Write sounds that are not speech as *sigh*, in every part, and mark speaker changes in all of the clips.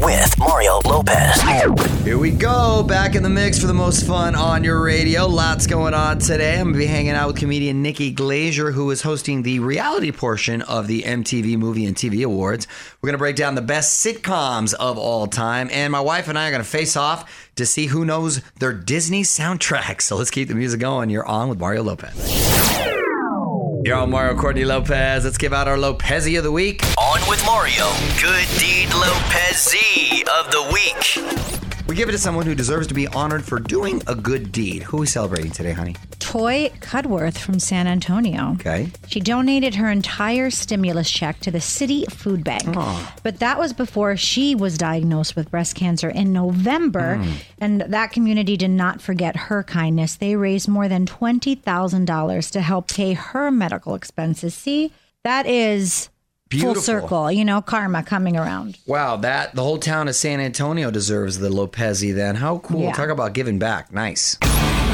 Speaker 1: with Mario Lopez.
Speaker 2: Here we go, back in the mix for the most fun on your radio. Lots going on today. I'm going to be hanging out with comedian Nikki Glazier, who is hosting the reality portion of the MTV Movie and TV Awards. We're going to break down the best sitcoms of all time, and my wife and I are going to face off to see who knows their Disney soundtrack. So let's keep the music going. You're on with Mario Lopez. You're on Mario Courtney Lopez. Let's give out our Lopezi of the week.
Speaker 1: On with Mario. Good deed Lopez Z of the week.
Speaker 2: We give it to someone who deserves to be honored for doing a good deed. Who are we celebrating today, honey?
Speaker 3: Toy Cudworth from San Antonio.
Speaker 2: Okay.
Speaker 3: She donated her entire stimulus check to the city food bank. But that was before she was diagnosed with breast cancer in November.
Speaker 2: Hmm.
Speaker 3: And that community did not forget her kindness. They raised more than $20,000 to help pay her medical expenses. See, that is
Speaker 2: Beautiful.
Speaker 3: full circle, you know, karma coming around.
Speaker 2: Wow, that the whole town of San Antonio deserves the Lopezi then. How cool.
Speaker 3: Yeah.
Speaker 2: Talk about giving back. Nice.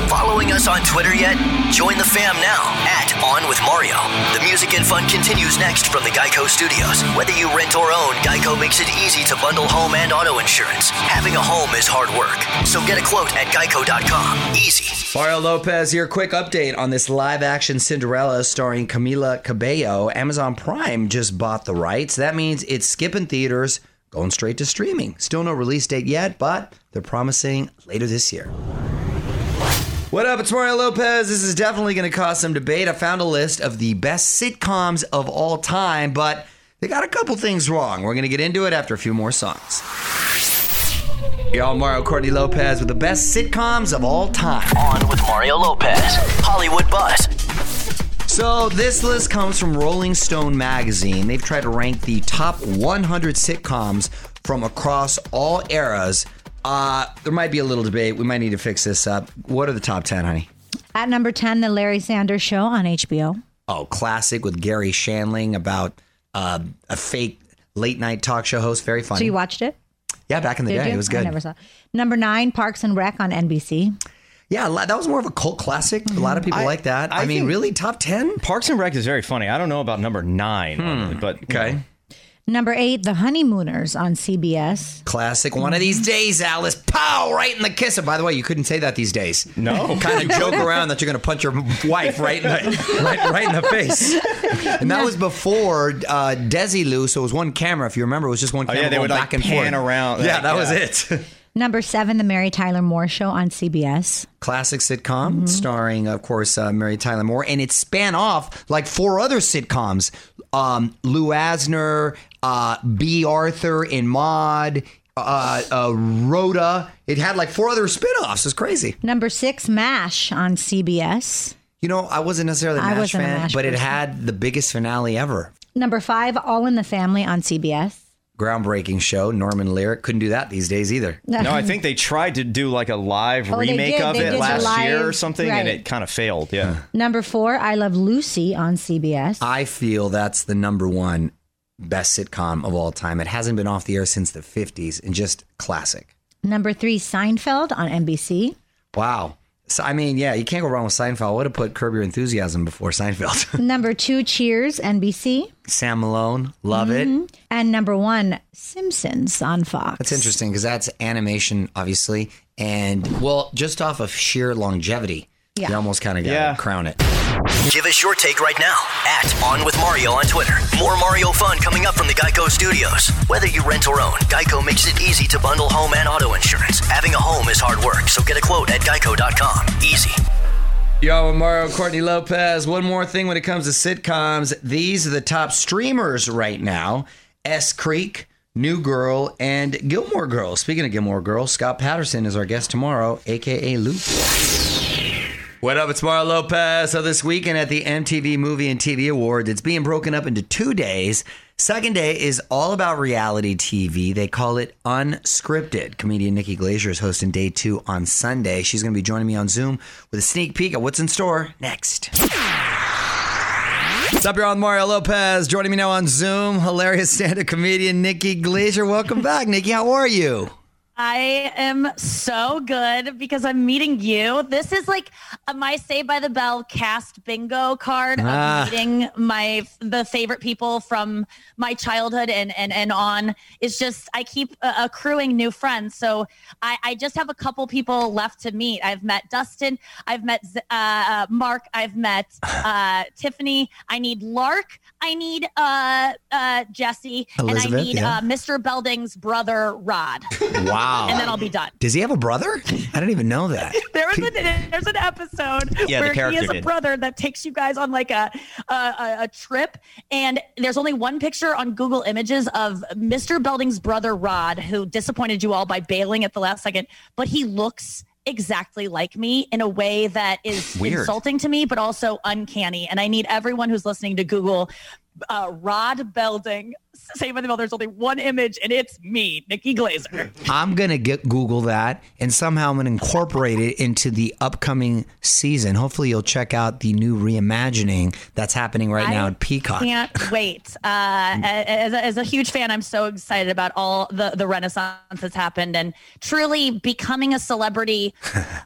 Speaker 1: Following us on Twitter yet? Join the fam now at On with Mario. The music and fun continues next from the Geico Studios. Whether you rent or own, Geico makes it easy to bundle home and auto insurance. Having a home is hard work, so get a quote at geico.com. Easy.
Speaker 2: Mario Lopez here. Quick update on this live action Cinderella starring Camila Cabello. Amazon Prime just bought the rights. That means it's skipping theaters, going straight to streaming. Still no release date yet, but they're promising later this year. What up? It's Mario Lopez. This is definitely going to cause some debate. I found a list of the best sitcoms of all time, but they got a couple things wrong. We're going to get into it after a few more songs. Y'all, Mario Courtney Lopez with the best sitcoms of all time.
Speaker 1: On with Mario Lopez. Hollywood Buzz.
Speaker 2: So, this list comes from Rolling Stone magazine. They've tried to rank the top 100 sitcoms from across all eras. Uh, there might be a little debate. We might need to fix this up. What are the top 10, honey?
Speaker 3: At number 10, The Larry Sanders Show on HBO.
Speaker 2: Oh, classic with Gary Shanling about uh, a fake late night talk show host. Very funny.
Speaker 3: So you watched it?
Speaker 2: Oh. yeah, back in the
Speaker 3: Did
Speaker 2: day.
Speaker 3: you?
Speaker 2: It was
Speaker 3: I
Speaker 2: good.
Speaker 3: never saw. it. Number nine, Parks and Rec on NBC.
Speaker 2: Yeah, a lot- that was more of a cult classic. A lot of people like that. I,
Speaker 4: I
Speaker 2: mean,
Speaker 4: think-
Speaker 2: really? Top 10?
Speaker 4: Parks and Rec is very funny. I don't know about number nine,
Speaker 2: Hmm.
Speaker 4: on it, but you know,
Speaker 3: Number eight, The Honeymooners on CBS.
Speaker 2: Classic. One of these days, Alice. Pow! Right in the kisser. By the way, you couldn't say that these days.
Speaker 4: No.
Speaker 2: kind of joke around that you're going to punch your wife right in the right, right in the face. And that was before uh, Desilu, so it was one camera. If you remember, it was just one camera
Speaker 4: Oh, yeah, they
Speaker 2: going
Speaker 4: would, like,
Speaker 2: back and
Speaker 4: pan
Speaker 2: forth.
Speaker 4: around,
Speaker 2: Yeah,
Speaker 4: like,
Speaker 2: that
Speaker 4: yeah.
Speaker 2: was it.
Speaker 3: Number seven, The Mary Tyler Moore Show on CBS.
Speaker 2: Classic sitcom
Speaker 3: Mm-hmm.
Speaker 2: starring, of course, uh, Mary Tyler Moore, and it span off like four other sitcoms: um, Lou Asner, uh, B. Arthur, and Maude. Uh, uh, Rhoda. It had like four other spin-offs. It's crazy.
Speaker 3: Number six, MASH on CBS.
Speaker 2: You know, I wasn't necessarily a
Speaker 3: I
Speaker 2: MASH
Speaker 3: wasn't a
Speaker 2: fan,
Speaker 3: MASH
Speaker 2: but it
Speaker 3: person.
Speaker 2: had the biggest finale ever.
Speaker 3: Number five, All in the Family on CBS.
Speaker 2: Groundbreaking show. Norman Lear couldn't do that these days either.
Speaker 4: no, I think they tried to do like a live
Speaker 3: Oh, they
Speaker 4: remake
Speaker 3: did.
Speaker 4: of
Speaker 3: They did
Speaker 4: it
Speaker 3: the
Speaker 4: last year or
Speaker 3: live-
Speaker 4: something,
Speaker 3: right.
Speaker 4: and it kind of failed. Yeah.
Speaker 3: Number four, I Love Lucy on CBS.
Speaker 2: I feel that's the number one best sitcom of all time. It hasn't been off the air since the '50s, and just classic.
Speaker 3: Number three, Seinfeld on NBC.
Speaker 2: Wow. So I mean, yeah, you can't go wrong with Seinfeld. I would have put Curb Your Enthusiasm before Seinfeld. *laughs*
Speaker 3: Number two, Cheers, NBC.
Speaker 2: Sam Malone, love it.
Speaker 3: And number one, Simpsons on Fox.
Speaker 2: That's interesting because that's animation, obviously, and well, just off of sheer longevity,
Speaker 3: Yeah.
Speaker 2: you almost kind of got
Speaker 4: Yeah.
Speaker 2: to crown it.
Speaker 1: Give us your take right now at On With Mario on Twitter. More Mario fun coming up from the Geico Studios. Whether you rent or own, Geico makes it easy to bundle home and auto insurance. Having a home is hard work, so get a quote at geico.com. Easy.
Speaker 2: Yo, I'm Mario Courtney Lopez. One more thing when it comes to sitcoms. These are the top streamers right now S Creek, New Girl, and Gilmore Girls. Speaking of Gilmore Girls, Scott Patterson is our guest tomorrow, aka Luke. What up? It's Mario Lopez. So, this weekend at the MTV Movie and TV Awards, it's being broken up into two days. Second day is all about reality TV. They call it unscripted. Comedian Nikki Glazier is hosting day two on Sunday. She's going to be joining me on Zoom with a sneak peek at what's in store next. What's up, y'all? I'm Mario Lopez. Joining me now on Zoom, hilarious stand-up comedian Nikki Glazier. Welcome back, Nikki. How are you?
Speaker 5: I am so good because I'm meeting you. This is like a my Say by the Bell cast bingo card
Speaker 2: Ah.
Speaker 5: of meeting my the favorite people from my childhood and and and on. It's just I keep uh, accruing new friends. So I I just have a couple people left to meet. I've met Dustin. I've met Z- uh, uh, Mark.
Speaker 2: *sighs*
Speaker 5: I've met uh, Tiffany. I need Lark. I need uh, uh, Jesse. and I
Speaker 2: Elizabeth,
Speaker 5: need
Speaker 2: yeah.
Speaker 5: uh, Mr. Belding's brother Rod
Speaker 2: Wow.
Speaker 5: and then I'll be done.
Speaker 2: Does he have a brother? I didn't even know that.
Speaker 5: *laughs* There was an there's an episode
Speaker 4: Yeah, the
Speaker 5: where he
Speaker 4: character
Speaker 5: is a
Speaker 4: did.
Speaker 5: brother that takes you guys on like a, a a a trip, and there's only one picture on Google Images of Mr. Belding's brother Rod, who disappointed you all by bailing at the last second, but he looks exactly like me in a way that is
Speaker 4: Weird.
Speaker 5: insulting to me, but also uncanny. And I need everyone who's listening to Google. Uh, Rod Belding, Save by the Bell. There's only one image, and it's me, Nikki Glazer.
Speaker 2: I'm gonna get Google that, and somehow I'm gonna incorporate it into the upcoming season. Hopefully, you'll check out the new reimagining that's happening right now at Peacock.
Speaker 5: Can't wait. Uh, as, a, as a huge fan, I'm so excited about all the, the renaissance that's happened and truly becoming
Speaker 2: *laughs*
Speaker 5: a celebrity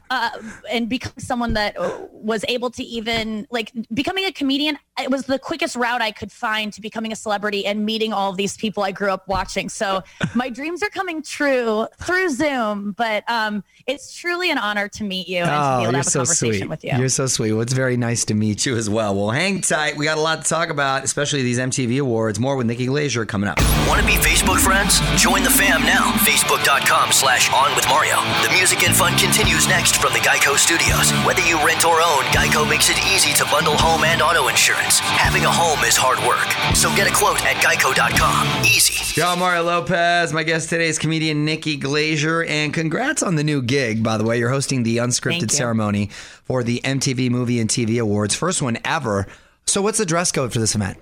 Speaker 5: uh, and becoming someone that was able to even like becoming a comedian. It was the quickest route I could find to becoming a celebrity and meeting all of these people I grew up watching.
Speaker 2: *laughs*
Speaker 5: So my dreams are coming true through Zoom, but um, it's truly an honor to meet you and to be able to have a conversation with you.
Speaker 2: You're so Oh, sweet. Well, it's very nice to meet you as well. Well, hang tight. We got a lot to talk about, especially these MTV awards. More with Nikki Glazier coming up.
Speaker 1: Want to be Facebook friends? Join the fam now. Facebook.com slash on with Mario. The music and fun continues next from the Geico Studios. Whether you rent or own, Geico makes it easy to bundle home and auto insurance. Having a home is hard work. So get a quote at geico.com. Easy.
Speaker 2: Y'all, Mario Lopez. My guest today is comedian Nikki Glazier, and congrats on the new gig. By the way, you're hosting the
Speaker 5: Thank
Speaker 2: unscripted
Speaker 5: you.
Speaker 2: ceremony for the MTV Movie and TV Awards, first one ever. So, what's the dress code for this event?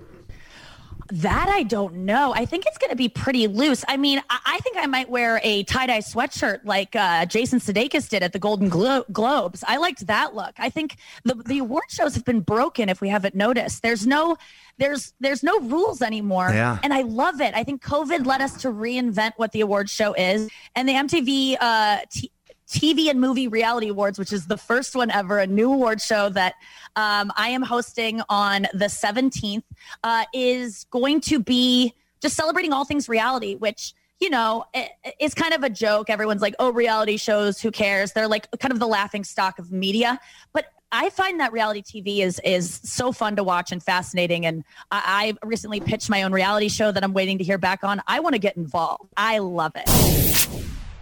Speaker 5: That I don't know. I think it's going to be pretty loose. I mean, I, I think I might wear a tie dye sweatshirt like uh, Jason Sudeikis did at the Golden Glo- Globes. I liked that look. I think the the award shows have been broken. If we haven't noticed, there's no there's there's no rules anymore.
Speaker 2: Yeah.
Speaker 5: And I love it. I think COVID led us to reinvent what the award show is, and the MTV. Uh, t- TV and Movie Reality Awards, which is the first one ever, a new award show that um, I am hosting on the 17th, uh, is going to be just celebrating all things reality, which you know, i- it's kind of a joke. Everyone's like, oh, reality shows, who cares? They're like kind of the laughing stock of media. But I find that reality TV is is so fun to watch and fascinating. And I, I recently pitched my own reality show that I'm waiting to hear back on. I want to get involved. I love it.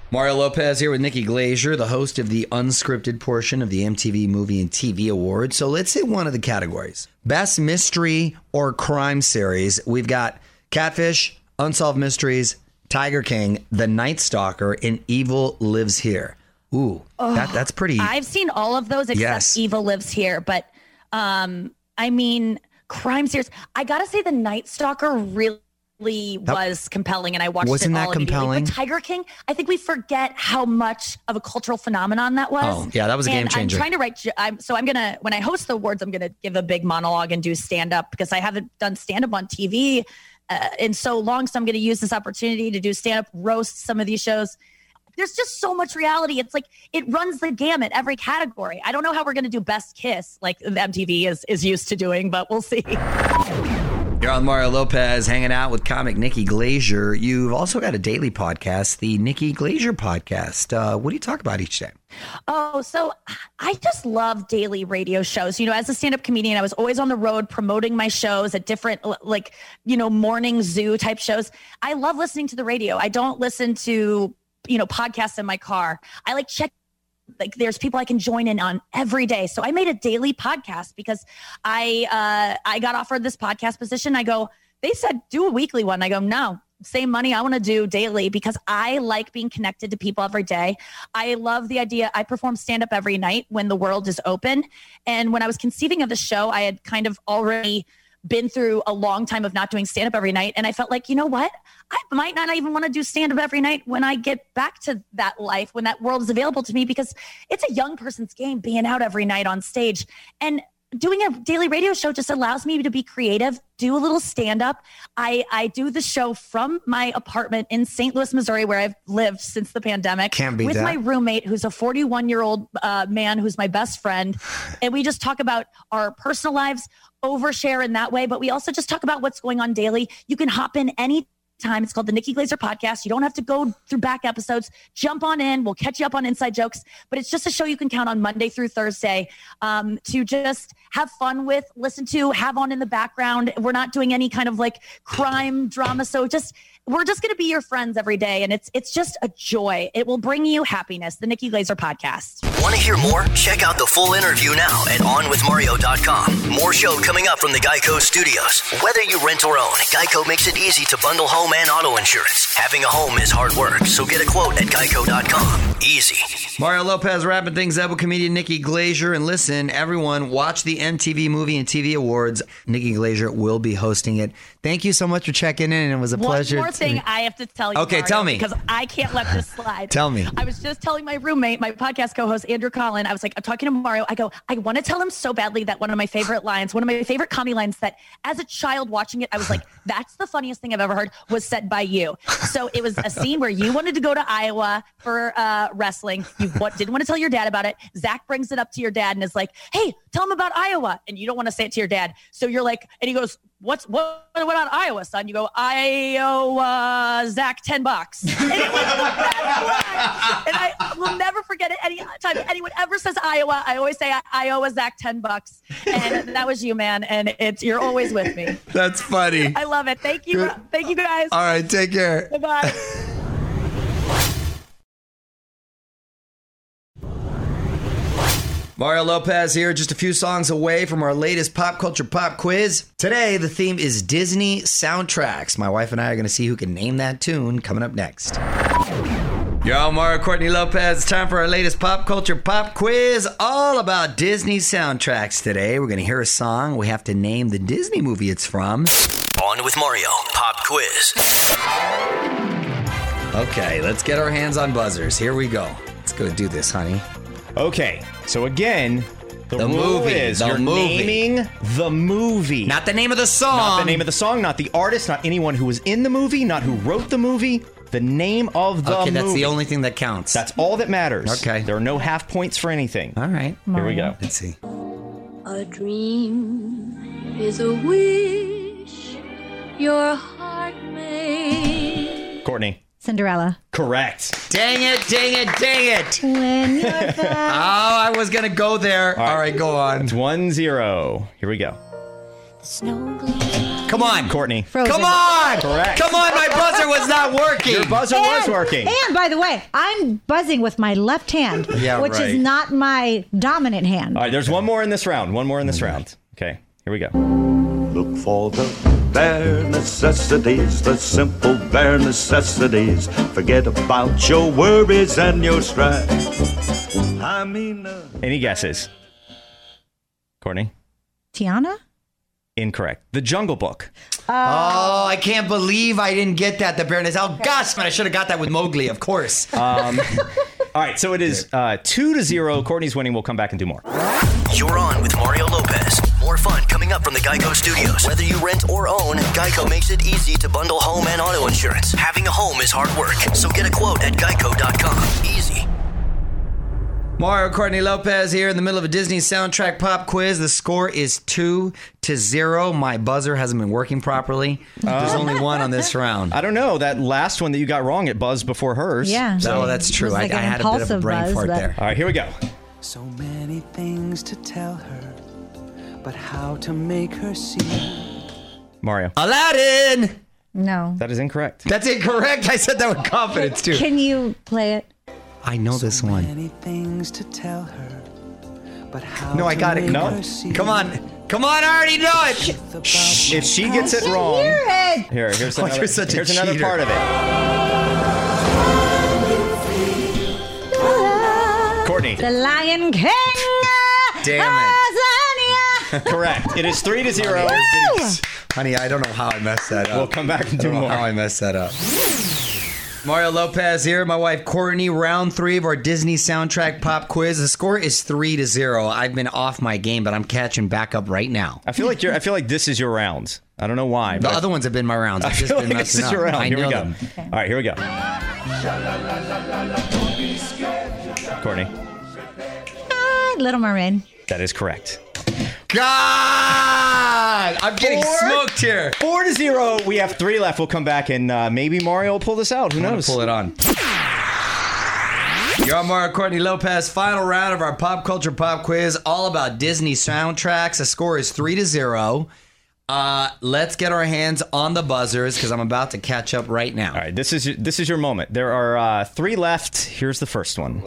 Speaker 2: Mario Lopez here with Nikki Glazier, the host of the unscripted portion of the MTV Movie and TV Awards. So let's hit one of the categories Best Mystery or Crime Series. We've got Catfish, Unsolved Mysteries, Tiger King, The Night Stalker, and Evil Lives Here. Ooh, that, that's pretty.
Speaker 5: I've seen all of those except
Speaker 2: Yes.
Speaker 5: Evil Lives Here, but um, I mean, crime series. I gotta say, The Night Stalker really. Was compelling, and I watched
Speaker 2: Wasn't
Speaker 5: it
Speaker 2: that
Speaker 5: all immediately.
Speaker 2: compelling?
Speaker 5: But Tiger King, I think we forget how much of a cultural phenomenon that was.
Speaker 2: Oh, yeah, that was a game
Speaker 5: And
Speaker 2: changer.
Speaker 5: I'm trying to write. jo- I'm, so I'm gonna when I host the awards, I'm gonna give a big monologue and do stand up because I haven't done stand up on TV uh, in so long. So I'm gonna use this opportunity to do stand up, roast some of these shows there's just so much reality. It's like it runs the gamut every category. I don't know how we're gonna do best kiss like the MTV is is used to doing, but we'll see.
Speaker 2: You're on Mario Lopez hanging out with comic Nikki Glazier. You've also got a daily podcast, the Nikki Glazier Podcast. Uh, what do you talk about each day?
Speaker 5: Oh, so I just love daily radio shows. You know, as a stand up comedian, I was always on the road promoting my shows at different, l- like, you know, morning zoo type shows. I love listening to the radio. I don't listen to, you know, podcasts in my car. I like check. Like there's people I can join in on every day, so I made a daily podcast because I uh, I got offered this podcast position. I go, they said do a weekly one. I go, no, same money. I want to do daily because I like being connected to people every day. I love the idea. I perform stand up every night when the world is open. And when I was conceiving of the show, I had kind of already been through a long time of not doing stand up every night. And I felt like, you know what? I might not even want to do stand up every night when I get back to that life, when that world is available to me, because it's a young person's game being out every night on stage. And doing a daily radio show just allows me to be creative, do a little stand up. I, I do the show from my apartment in St. Louis, Missouri, where I've lived since the pandemic.
Speaker 6: Can't beat
Speaker 5: with
Speaker 6: that.
Speaker 5: my roommate, who's a 41 year old uh, man who's my best friend. And we just talk about our personal lives, overshare in that way, but we also just talk about what's going on daily. You can hop in any time. It's called the Nikki Glazer podcast. You don't have to go through back episodes. Jump on in. We'll catch you up on inside jokes. But it's just a show you can count on Monday through Thursday um, to just have fun with, listen to, have on in the background. We're not doing any kind of like crime drama. So just we're just going to be your friends every day, and it's it's just a joy. It will bring you happiness. The Nikki Glazer podcast.
Speaker 1: Want to hear more? Check out the full interview now at onwithmario.com. More show coming up from the Geico Studios. Whether you rent or own, Geico makes it easy to bundle home and auto insurance. Having a home is hard work, so get a quote at geico.com. Easy.
Speaker 2: Mario Lopez wrapping things up with comedian Nikki Glazier. And listen, everyone, watch the MTV Movie and TV Awards. Nikki Glazier will be hosting it. Thank you so much for checking in. and It was a
Speaker 5: One
Speaker 2: pleasure.
Speaker 5: more
Speaker 2: to-
Speaker 5: thing I have to tell you.
Speaker 2: Okay,
Speaker 5: Mario,
Speaker 2: tell me.
Speaker 5: Because I can't let this slide.
Speaker 2: Tell me.
Speaker 5: I was just telling my roommate, my podcast co host, Andrew Collin, I was like, I'm talking to Mario. I go, I want to tell him so badly that one of my favorite lines, one of my favorite comedy lines that as a child watching it,
Speaker 2: *laughs*
Speaker 5: I was like, that's the funniest thing I've ever heard was said by you. So it was a scene where you wanted to go to Iowa for uh, wrestling. You wa- didn't want to tell your dad about it. Zach brings it up to your dad and is like, hey, tell him about Iowa. And you don't want to say it to your dad. So you're like, and he goes, What's what? What about Iowa, son? You go Iowa, Zach, ten bucks. And it was the best line. And I will never forget it. Any time anyone ever says Iowa, I always say Iowa, Zach, ten bucks. And that was you, man. And it's you're always with me.
Speaker 2: *laughs* That's
Speaker 5: *laughs*
Speaker 2: funny.
Speaker 5: I love it. Thank you,
Speaker 2: Good.
Speaker 5: thank you guys.
Speaker 2: All right, take care.
Speaker 5: Bye bye.
Speaker 2: Mario Lopez here, just a few songs away from our latest pop culture pop quiz. Today, the theme is Disney soundtracks. My wife and I are going to see who can name that tune coming up next. Yo, Mario Courtney Lopez. It's time for our latest pop culture pop quiz, all about Disney soundtracks today. We're going to hear a song. We have to name the Disney movie it's from.
Speaker 1: On with Mario Pop Quiz.
Speaker 2: Okay, let's get our hands on buzzers. Here we go. Let's go do this, honey.
Speaker 4: *laughs* Okay, so again, the,
Speaker 2: The
Speaker 4: rule
Speaker 2: movie,
Speaker 4: is
Speaker 2: the
Speaker 4: you're
Speaker 2: movie.
Speaker 4: naming the movie,
Speaker 2: Not the name of the song.
Speaker 4: Not the name of the song, not the artist, not anyone who was in the movie, not who wrote the movie. The name of the
Speaker 2: Okay,
Speaker 4: movie.
Speaker 2: that's the only thing that counts.
Speaker 4: That's all that matters.
Speaker 2: Okay.
Speaker 4: there are no half points for anything.
Speaker 2: all right.
Speaker 4: Here we go.
Speaker 2: Let's see.
Speaker 7: A dream is a wish your heart made.
Speaker 4: Courtney,
Speaker 3: Cinderella.
Speaker 4: correct.
Speaker 2: Dang it, dang it, dang it. Oh,
Speaker 3: When
Speaker 7: *laughs*
Speaker 3: you're back.
Speaker 2: I was going to go there. all right, go on.
Speaker 4: It's one zero. Here we go.
Speaker 7: Snow gleams.
Speaker 2: Come on.
Speaker 4: Courtney,
Speaker 3: Frozen.
Speaker 2: Come on.
Speaker 4: Correct.
Speaker 2: Come on, my buzzer was not working.
Speaker 4: your buzzer was
Speaker 3: And-
Speaker 4: working.
Speaker 3: And by the way, I'm buzzing with my left hand,
Speaker 2: Yeah,
Speaker 3: which
Speaker 2: right.
Speaker 3: is not my dominant hand.
Speaker 4: all right, there's one more in this round. One more in this round. Okay, here we go.
Speaker 8: Look for the bare necessities, the simple bare necessities. Forget about your worries and your strife. I mean, uh,
Speaker 4: Any guesses? Courtney?
Speaker 3: Tiana?
Speaker 4: Incorrect. The Jungle Book.
Speaker 2: Oh, I can't believe I didn't get that. The Baroness. Oh, gosh, but I should have got that with Mowgli, of course.
Speaker 4: All right, so it is uh, two to zero. Courtney's winning. We'll come back and do more.
Speaker 1: You're on with Mario Lopez. More fun coming up from the Geico Studios. Whether you rent or own, Geico makes it easy to bundle home and auto insurance. Having a home is hard work, so get a quote at geico.com. Easy.
Speaker 2: Mario Courtney Lopez here in the middle of a Disney soundtrack pop quiz. The score is two to zero. My buzzer hasn't been working properly. There's only one on this round.
Speaker 4: *laughs* I don't know. That last one that you got wrong, it buzzed before hers.
Speaker 3: Yeah.
Speaker 2: No, Oh, that's true.
Speaker 3: It was like
Speaker 2: I, I
Speaker 3: an
Speaker 2: had a bit of a
Speaker 3: impulsive
Speaker 2: brain
Speaker 3: buzz,
Speaker 2: fart
Speaker 3: but-
Speaker 2: there.
Speaker 4: All right, here we go.
Speaker 9: So many things to tell her, but how to make her see.
Speaker 4: Mario.
Speaker 2: Aladdin!
Speaker 3: No.
Speaker 4: That is incorrect.
Speaker 2: That's incorrect. I said that with confidence, too.
Speaker 3: Can you play it?
Speaker 2: I know this one.
Speaker 9: Many things to tell her, but how
Speaker 2: No, I
Speaker 9: to
Speaker 2: got it.
Speaker 9: make
Speaker 4: No.
Speaker 9: her see.
Speaker 2: Come on. Come on, I already know it.
Speaker 9: The Bob-
Speaker 4: If she gets it wrong.
Speaker 3: it.
Speaker 2: *laughs*
Speaker 4: Here, here's
Speaker 2: Oh,
Speaker 4: another,
Speaker 2: you're such a
Speaker 4: here's another
Speaker 2: cheater.
Speaker 4: part of it. Courtney.
Speaker 3: The Lion King.
Speaker 2: Damn
Speaker 4: *laughs*
Speaker 3: it.
Speaker 4: correct. It is three to zero.
Speaker 2: Honey, I don't know how I messed that up.
Speaker 4: We'll come back and do
Speaker 2: I don't know
Speaker 4: more.
Speaker 2: how I messed that up. Mario Lopez here. My wife Courtney. Round three of our Disney soundtrack pop quiz. The score is three to zero. I've been off my game, but I'm catching back up right now.
Speaker 4: I feel like you're. I feel like this is your round. I don't know why.
Speaker 2: The
Speaker 4: but I
Speaker 2: other ones have been my rounds. I've just
Speaker 4: feel
Speaker 2: been
Speaker 4: like this
Speaker 2: messing
Speaker 4: is
Speaker 2: up.
Speaker 4: your round.
Speaker 2: I
Speaker 4: here
Speaker 2: know
Speaker 4: we go.
Speaker 2: them.
Speaker 4: All right, here we go. Courtney,
Speaker 3: Ah, Little Mermaid.
Speaker 4: that is correct.
Speaker 2: God, I'm getting
Speaker 4: Four?
Speaker 2: smoked here.
Speaker 4: Four to zero. We have three left. We'll come back and uh, maybe Mario will pull this out. Who
Speaker 2: I'm gonna
Speaker 4: knows?
Speaker 2: pull it on. You're on Mario Courtney Lopez. Final round of our pop culture pop quiz, all about Disney soundtracks. The score is three to zero. Uh, let's get our hands on the buzzers because I'm about to catch up right now.
Speaker 4: All right, this is this is your moment. There are uh, three left. Here's the first one.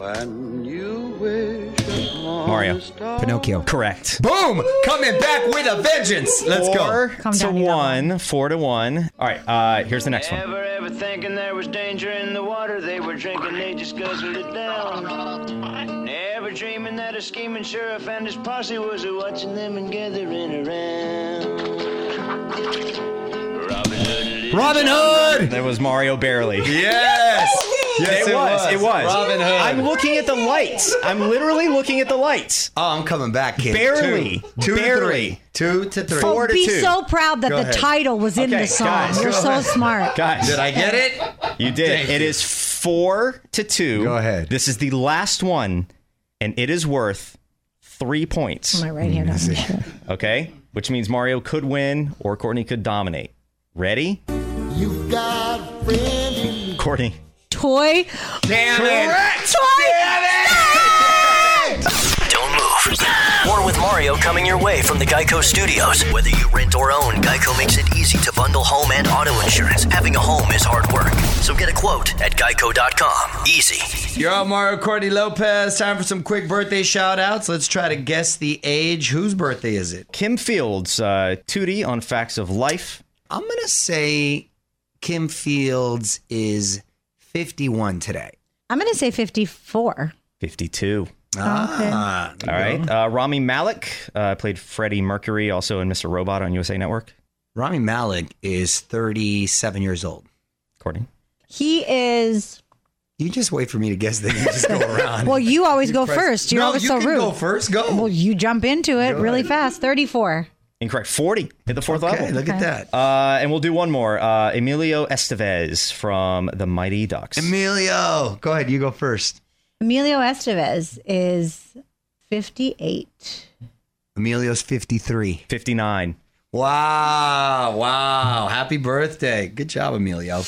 Speaker 4: Mario,
Speaker 2: Pinocchio.
Speaker 4: correct.
Speaker 2: Boom! Coming back with a vengeance. Let's
Speaker 4: Four
Speaker 2: go.
Speaker 3: Calm
Speaker 4: to
Speaker 3: down, you got
Speaker 4: one. Four to one. All right. Uh, here's the next one.
Speaker 6: Ever, ever thinking there was danger in the water they were drinking, they just guzzled it down. Never dreaming that a scheming sheriff and his posse was a watching them and gathering around. Robin Hood.
Speaker 2: Robin Hood.
Speaker 4: That was Mario barely.
Speaker 2: Yes. Yes,
Speaker 4: it, was, It was.
Speaker 2: Robin Hood.
Speaker 4: I'm looking at the lights. I'm literally looking at the lights.
Speaker 2: oh, I'm coming back, kid.
Speaker 4: Barely.
Speaker 2: Two, two
Speaker 4: Barely.
Speaker 2: to three. Two to three.
Speaker 4: Four
Speaker 3: Oh,
Speaker 4: to
Speaker 3: be
Speaker 4: two.
Speaker 3: so proud that
Speaker 2: Go
Speaker 3: the
Speaker 2: ahead.
Speaker 3: title was in
Speaker 4: Okay,
Speaker 3: the song.
Speaker 4: guys,
Speaker 3: You're
Speaker 2: go
Speaker 3: so
Speaker 2: ahead.
Speaker 4: *laughs*
Speaker 3: smart.
Speaker 4: Guys,
Speaker 2: Did I get it?
Speaker 4: you did.
Speaker 2: Thank
Speaker 4: It
Speaker 2: you.
Speaker 4: is four to two.
Speaker 2: Go ahead.
Speaker 4: This is the last one, and it is worth three points.
Speaker 3: Oh My right hand doesn't show.
Speaker 4: Okay, which means Mario could win or Courtney could dominate. Ready? You've got Courtney.
Speaker 3: Toy.
Speaker 2: Damn
Speaker 4: Correct.
Speaker 1: Don't move. More with Mario coming your way from the Geico Studios. Whether you rent or own, Geico makes it easy to bundle home and auto insurance. Having a home is hard work. So get a quote at geico.com. Easy.
Speaker 2: You're on Mario Courtney Lopez. Time for some quick birthday shout outs. Let's try to guess the age. Whose birthday is it?
Speaker 4: Kim Fields, uh, 2D on Facts of Life.
Speaker 2: I'm going to say Kim Fields is 51 today.
Speaker 3: I'm going to say 54.
Speaker 4: 52.
Speaker 2: Ah,
Speaker 4: All right. Uh, Rami Malik uh, played Freddie Mercury, also in Mr. Robot on USA Network.
Speaker 2: Rami Malik is 37 years old.
Speaker 4: Courtney.
Speaker 3: He is.
Speaker 2: You just wait for me to guess that you just go *laughs* around.
Speaker 3: Well, you always go
Speaker 2: Press-
Speaker 3: first. You're
Speaker 2: no,
Speaker 3: always
Speaker 2: you
Speaker 3: so
Speaker 2: can
Speaker 3: rude.
Speaker 2: go first. Go.
Speaker 3: Well, you jump into it really fast. 34.
Speaker 4: Incorrect. 40. Hit the fourth
Speaker 2: okay,
Speaker 4: level.
Speaker 2: look at that.
Speaker 4: Uh, and we'll do one more. Uh, Emilio Estevez from the Mighty Ducks.
Speaker 2: Emilio, go ahead. You go first.
Speaker 3: Emilio Estevez is 58.
Speaker 2: Emilio's 53.
Speaker 4: 59.
Speaker 2: Wow, wow. Happy birthday. Good job, Emilio.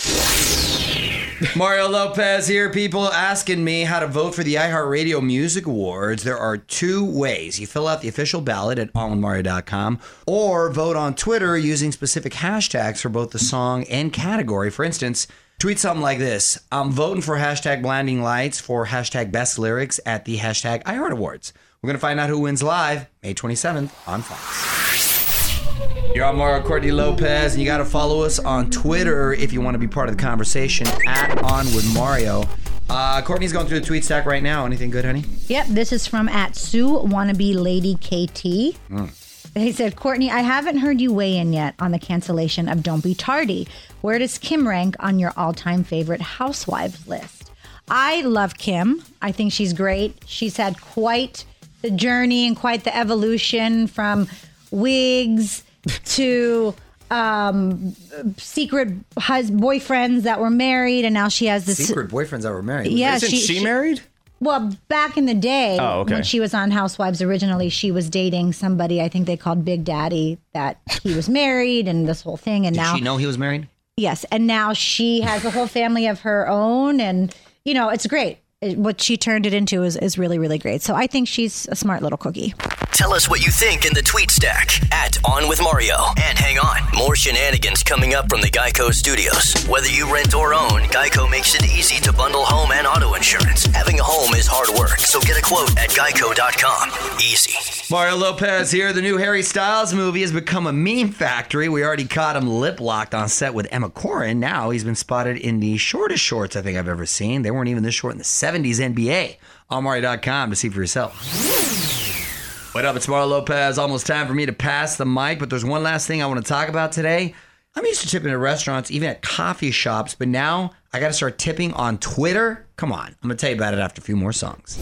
Speaker 2: Mario Lopez here. People asking me how to vote for the iHeartRadio Music Awards. There are two ways. You fill out the official ballot at onwithmario.com or vote on Twitter using specific hashtags for both the song and category. For instance, tweet something like this I'm voting for hashtag blinding lights for hashtag best lyrics at the hashtag iHeart Awards. We're going to find out who wins live May 27th on Fox. You're on Mario Courtney Lopez, and you got to follow us on Twitter if you want to be part of the conversation at On with Mario. Uh, Courtney's going through the tweet stack right now. Anything good, honey?
Speaker 3: Yep, this is from at Sue Wannabe Lady KT. They said, Courtney, I haven't heard you weigh in yet on the cancellation of Don't Be Tardy. Where does Kim rank on your all time favorite housewives list? I love Kim. I think she's great. She's had quite the journey and quite the evolution from wigs to um, secret hus- boyfriends that were married, and now she has this
Speaker 2: Secret boyfriends that were married.
Speaker 3: Yeah,
Speaker 4: Isn't she,
Speaker 3: she- she-
Speaker 4: married?
Speaker 3: well, back in the day,
Speaker 4: Oh, okay.
Speaker 3: when she was on Housewives originally, she was dating somebody I think they called Big Daddy that he was married and this whole thing. And
Speaker 2: Did
Speaker 3: now,
Speaker 2: she know he was married?
Speaker 3: yes, and now she has a whole family of her own, and you know, it's great. It- What she turned it into is, is really, really great. So I think she's a smart little cookie.
Speaker 1: Tell us what you think in the tweet stack at On with Mario. And hang on, more shenanigans coming up from the Geico Studios. Whether you rent or own, Geico makes it easy to bundle home and auto insurance. Having a home is hard work, so get a quote at geico.com. Easy.
Speaker 2: Mario Lopez here. The new Harry Styles movie has become a meme factory. We already caught him lip locked on set with Emma Corrin. Now he's been spotted in the shortest shorts I think I've ever seen. They weren't even this short in the 70s NBA. On Mario.com to see for yourself. What up? It's Mario Lopez. Almost time for me to pass the mic, but there's one last thing I want to talk about today. I'm used to tipping at restaurants, even at coffee shops, but now I got to start tipping on Twitter. Come on. I'm going to tell you about it after a few more songs.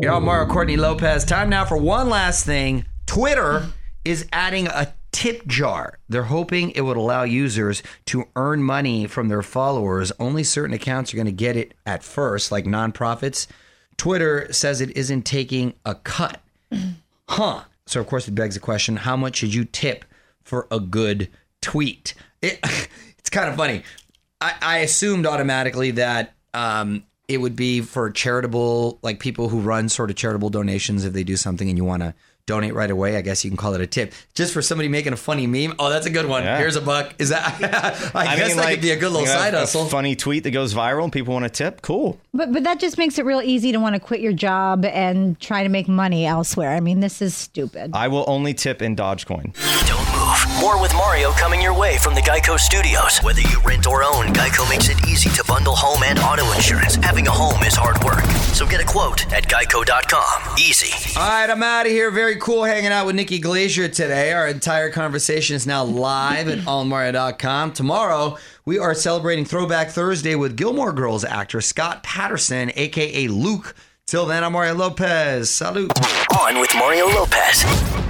Speaker 2: Y'all, Mario Courtney Lopez. Time now for one last thing. Twitter is adding a tip jar. They're hoping it would allow users to earn money from their followers. Only certain accounts are going to get it at first, like nonprofits. Twitter says it isn't taking a cut. Huh. So, of course, it begs the question how much should you tip for a good tweet? It, *laughs* it's kind of funny. I, I assumed automatically that um, it would be for charitable, like people who run sort of charitable donations. If they do something and you want to donate right away, I guess you can call it a tip. Just for somebody making a funny meme. Oh, that's a good one. Here's a buck. Is that? *laughs* I, guess that could be a good little
Speaker 4: you know,
Speaker 2: side
Speaker 4: a
Speaker 2: hustle.
Speaker 4: funny tweet that goes viral and people want to tip. Cool.
Speaker 3: But but that just makes it real easy to want to quit your job and try to make money elsewhere. I mean, this is stupid.
Speaker 4: I will only tip in Dogecoin.
Speaker 1: Don't move. More with Mario coming your way from the Geico Studios. Whether you rent or own, Geico makes it easy to bundle home and auto insurance. Having a home is hard work. So get a quote at geico.com. Easy.
Speaker 2: All right, I'm out of here. Very cool hanging out with Nikki Glazier today. Our entire conversation is now live at allmario.com. Tomorrow, we are celebrating Throwback Thursday with Gilmore Girls actor Scott Patterson, aka Luke. Till then, I'm Mario Lopez. Salute.
Speaker 1: On with Mario Lopez.